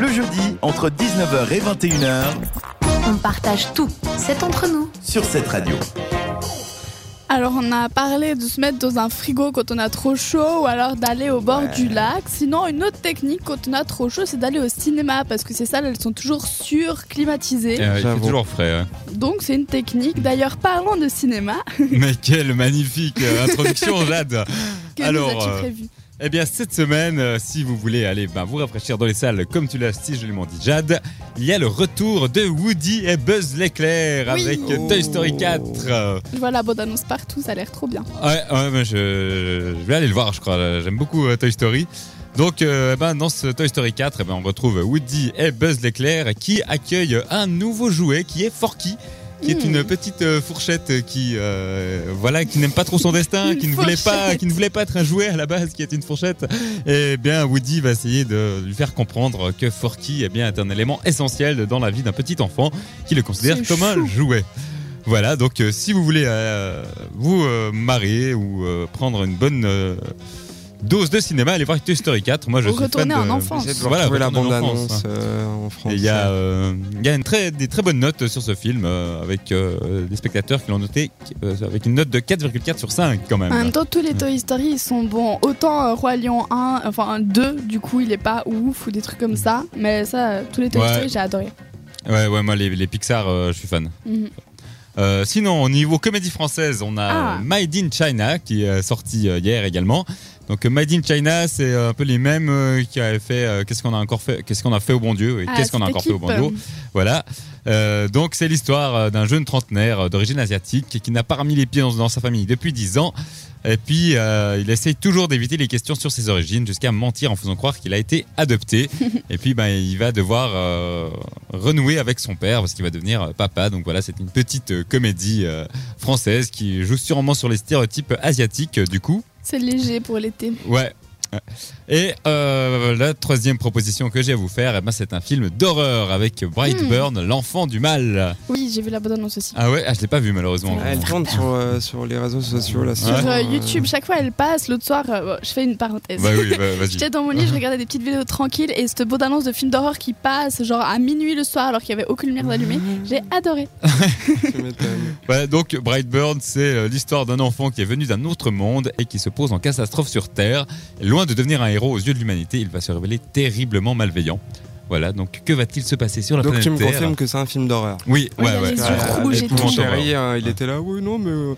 Le jeudi, entre 19h et 21h, On partage tout. C'est entre nous. sur cette radio. Alors, on a parlé de se mettre dans un frigo quand on a trop chaud ou alors d'aller au bord du lac. Sinon, une autre technique quand on a trop chaud, c'est d'aller au cinéma parce que ces salles, elles sont toujours surclimatisées. Euh, il fait J'avoue. toujours frais. ouais. Donc, c'est une technique. D'ailleurs, parlons de cinéma. Mais quelle magnifique euh, introduction, Jade. Que Alors, nous as-tu euh, prévu Eh bien, cette semaine, euh, si vous voulez aller ben, vous rafraîchir dans les salles, comme tu l'as si joliment dit, Jade, il y a le retour de Woody et Buzz l'éclair Oui. avec Toy Story 4. Euh, Je vois la bande-annonce partout, ça a l'air trop bien. Ouais, ouais, mais je, je vais aller le voir, je crois. là. J'aime beaucoup euh, Toy Story. Donc, euh, eh ben, dans ce Toy Story 4, eh ben, on retrouve Woody et Buzz l'éclair qui accueillent un nouveau jouet qui est Forky, qui est Hmm. une petite euh, fourchette qui, euh, voilà, qui n'aime pas trop son destin, Une qui ne voulait pas, fourchette. qui ne voulait pas être un jouet à la base, qui est une fourchette. Et bien, Woody va essayer de lui faire comprendre que Forky, eh bien, est un élément essentiel dans la vie d'un petit enfant qui le considère C'est comme un chou. jouet. Voilà, donc euh, si vous voulez euh, vous euh, marier ou euh, prendre une bonne euh, dose de cinéma, allez voir Toy Story 4. Moi, je suis fan Retourner de... en enfance. J'ai de Voilà, retrouver la retourne en bande-annonce enfance. hein. euh, en France. Et Il y a, euh, il y a une très, des très bonnes notes sur ce film, euh, avec euh, des spectateurs qui l'ont noté euh, avec une note de 4,4 sur 5 quand même. En même temps, tous les Toy Story ils sont bons. Autant euh, Roi Lion 1, enfin 2, du coup, il est pas ouf ou des trucs comme ça. Mais ça, euh, tous les Toy Mhm. Ouais. Story, j'ai adoré. Ouais, ouais, moi les, les Pixar, euh, je suis fan. Mhm. Euh, sinon, au niveau comédie française, on Ah. a Made in China qui est sorti euh, hier également. Donc euh, Made in China, c'est euh, un peu les mêmes euh, qui avaient fait euh, qu'est-ce qu'on a encore fait, qu'est-ce qu'on a fait au bon Dieu et Ah, qu'est-ce qu'on a cette encore fait au bon équipe, Dieu. Voilà. Euh, donc c'est l'histoire euh, d'un jeune trentenaire euh, d'origine asiatique qui n'a pas remis les pieds dans, dans sa famille depuis 10 ans. Et puis euh, il essaye toujours d'éviter les questions sur ses origines jusqu'à mentir en faisant croire qu'il a été adopté. Et puis ben, il va devoir euh, renouer avec son père parce qu'il va devenir euh, papa. Donc voilà, c'est une petite euh, comédie euh, française qui joue sûrement sur les stéréotypes asiatiques euh, du coup. C'est léger pour l'été. Ouais. Et euh, la troisième proposition que j'ai à vous faire, eh ben, c'est un film d'horreur avec Brightburn, Hmm. l'enfant du mal. Oui, j'ai vu la bande-annonce aussi. Ah ouais, ah, je l'ai pas vu malheureusement. Ah, elle tourne sur, euh, sur les réseaux sociaux là. Ouais. Sur euh, YouTube, chaque fois elle passe. L'autre soir, euh, je fais une parenthèse. Bah oui, bah, vas-y. J'étais dans mon lit, je regardais des petites vidéos tranquilles et cette bande-annonce de film d'horreur qui passe, genre à minuit le soir, alors qu'il y avait aucune lumière allumée, Mhm. j'ai adoré. Tu m'étonnes. Voilà, donc Brightburn, c'est euh, l'histoire d'un enfant qui est venu d'un autre monde et qui se pose en catastrophe sur Terre. Loin de devenir un héros aux yeux de l'humanité, il va se révéler terriblement malveillant. Voilà, donc que va-t-il se passer sur la Donc tu planète me Terre confirmes que c'est un film d'horreur. Oui, Oui, ouais, il y a ouais. les yeux Ah, rouges et épouvantable. tout. Mon chéri, euh, il était là, oui, non, mais euh,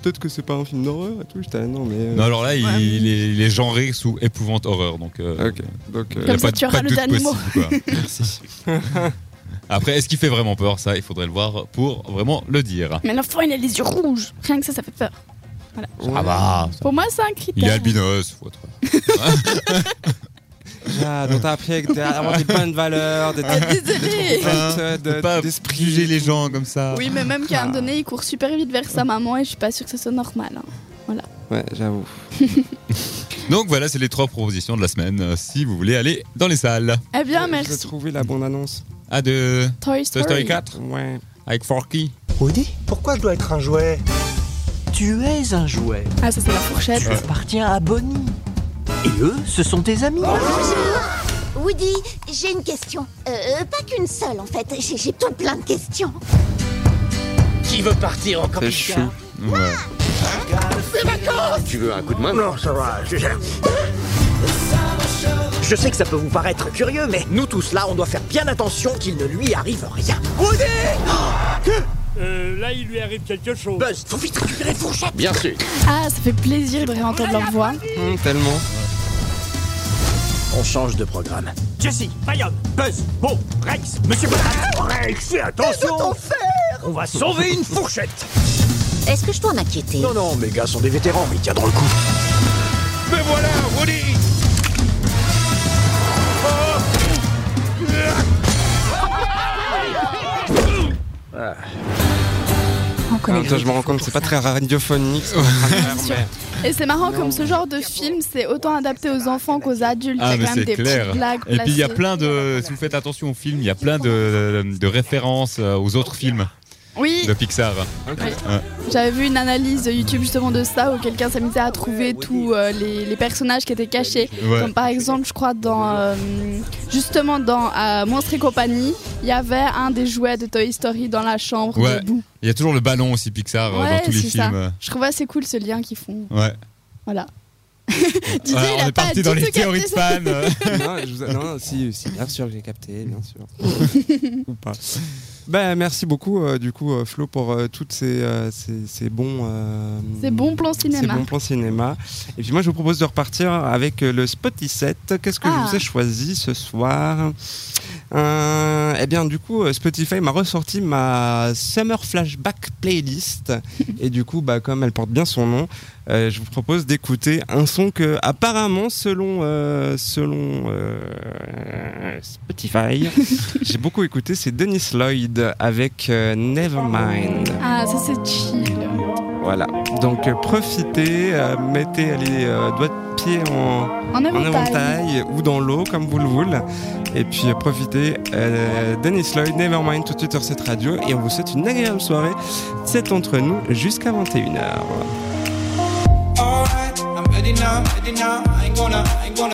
peut-être que c'est pas un film d'horreur et tout. J'étais là, non, mais. euh, Non, alors là, il, Ouais. il est, il est genré sous épouvante horreur. Donc, euh, Ok, donc. Il euh, y a Comme ça, de- tu auras de le doute dernier mot. possible, quoi. Après, est-ce qu'il fait vraiment peur Ça, il faudrait le voir pour vraiment le dire. Mais l'enfant il a les yeux rouges, rien que ça, ça fait peur. ouais, Pour moi, c'est un Il est critère. albinos ou autre. Ah, donc t'as appris avec des- à avoir des bonnes valeurs, des. des- Désolée. Hein, de- faut Ah. pas d'esprit. juger les gens comme ça. Oui, mais même qu'à un moment Ah. donné, il court super vite vers sa maman et je suis pas sûre que ce soit normal. hein. Ouais, j'avoue. Donc voilà, c'est les trois propositions de la semaine. euh, Si vous voulez aller dans les salles. Eh bien, J'ai merci. trouvé la bonne annonce. Ah, de Toy Toy Story. Story 4 Ouais. avec Forky. Woody, pourquoi je dois être un jouet Tu es un jouet. Ah, ça, c'est la fourchette. Tu appartiens à Bonnie. Et eux, ce sont tes amis. Woody, j'ai une question. Euh, pas qu'une seule en fait, j'ai j'ai tout plein de questions. Qui veut partir en C'est chou. camping-car Ouais. Tu veux un coup de main Non, ça va, je Je sais que ça peut vous paraître curieux, mais nous tous là, on doit faire bien attention qu'il ne lui arrive rien. Woody Euh, là, il lui arrive quelque chose. Buzz, faut vite récupérer Fourchette Bien sûr Ah, ça fait plaisir de réentendre leur voix. Hum, tellement. On change de programme. Jesse, Ryan, Buzz, Bo, Rex, Monsieur Patate Ah, Rex, fais attention On va sauver une fourchette Est-ce que je dois m'inquiéter Non, non, mes gars sont des vétérans, mais tiens dans le coup Me voilà, Woody On En connaît même temps, Ah, je me rends compte que c'est pas très radiophonique. ce qu'on est en train de faire, mais- Et c'est marrant comme ce genre de film, c'est autant adapté aux enfants qu'aux adultes. Ah, il y mais a quand même c'est des clair. petites blagues Et puis il y a placées. plein de. Si vous faites attention au film, il y a plein de, de références euh, aux autres films. Oui, de Pixar. j'avais vu une analyse YouTube justement de ça où quelqu'un s'amusait à trouver tous euh, les, les personnages qui étaient cachés. Ouais. Comme par exemple, je crois, dans euh, justement dans euh, Monstres et compagnie, il y avait un des jouets de Toy Story dans la chambre Ouais. debout. Il y a toujours le ballon aussi Pixar euh, Ouais, dans tous les c'est ça. films. Je trouvais assez cool ce lien qu'ils font. Ouais. Voilà. Ouais, Didier, il on a est pas parti du dans tout les capté théories de ça. fans. euh. non, je vous- non, si, si, bien sûr que j'ai capté, bien sûr. Ou pas. Bah, merci beaucoup, euh, du coup, euh, Flo, pour euh, toutes ces, euh, ces, ces bons. euh, C'est bon plan ces cinéma. bons plans cinéma. Et puis moi, je vous propose de repartir avec euh, le Spotty 7. Qu'est-ce que Ah. je vous ai choisi ce soir Euh, Eh bien, du coup, euh, Spotify m'a ressorti ma Summer Flashback Playlist. Et du coup, bah, comme elle porte bien son nom, euh, je vous propose d'écouter un son que, apparemment, selon, euh, selon euh, Spotify, j'ai beaucoup écouté. C'est Dennis Lloyd avec euh, Nevermind. Ah, ça c'est chill. Voilà. Donc euh, profitez, euh, mettez les euh, doigts de pied en, En en avantage. éventail ou dans l'eau comme vous le voulez. Et puis euh, profitez. euh, Dennis Lloyd, Nevermind tout de suite sur cette radio. Et on vous souhaite une agréable soirée. C'est entre nous jusqu'à 21h. Alright, I'm ready now, ready now. I ain't gonna, I ain't gonna.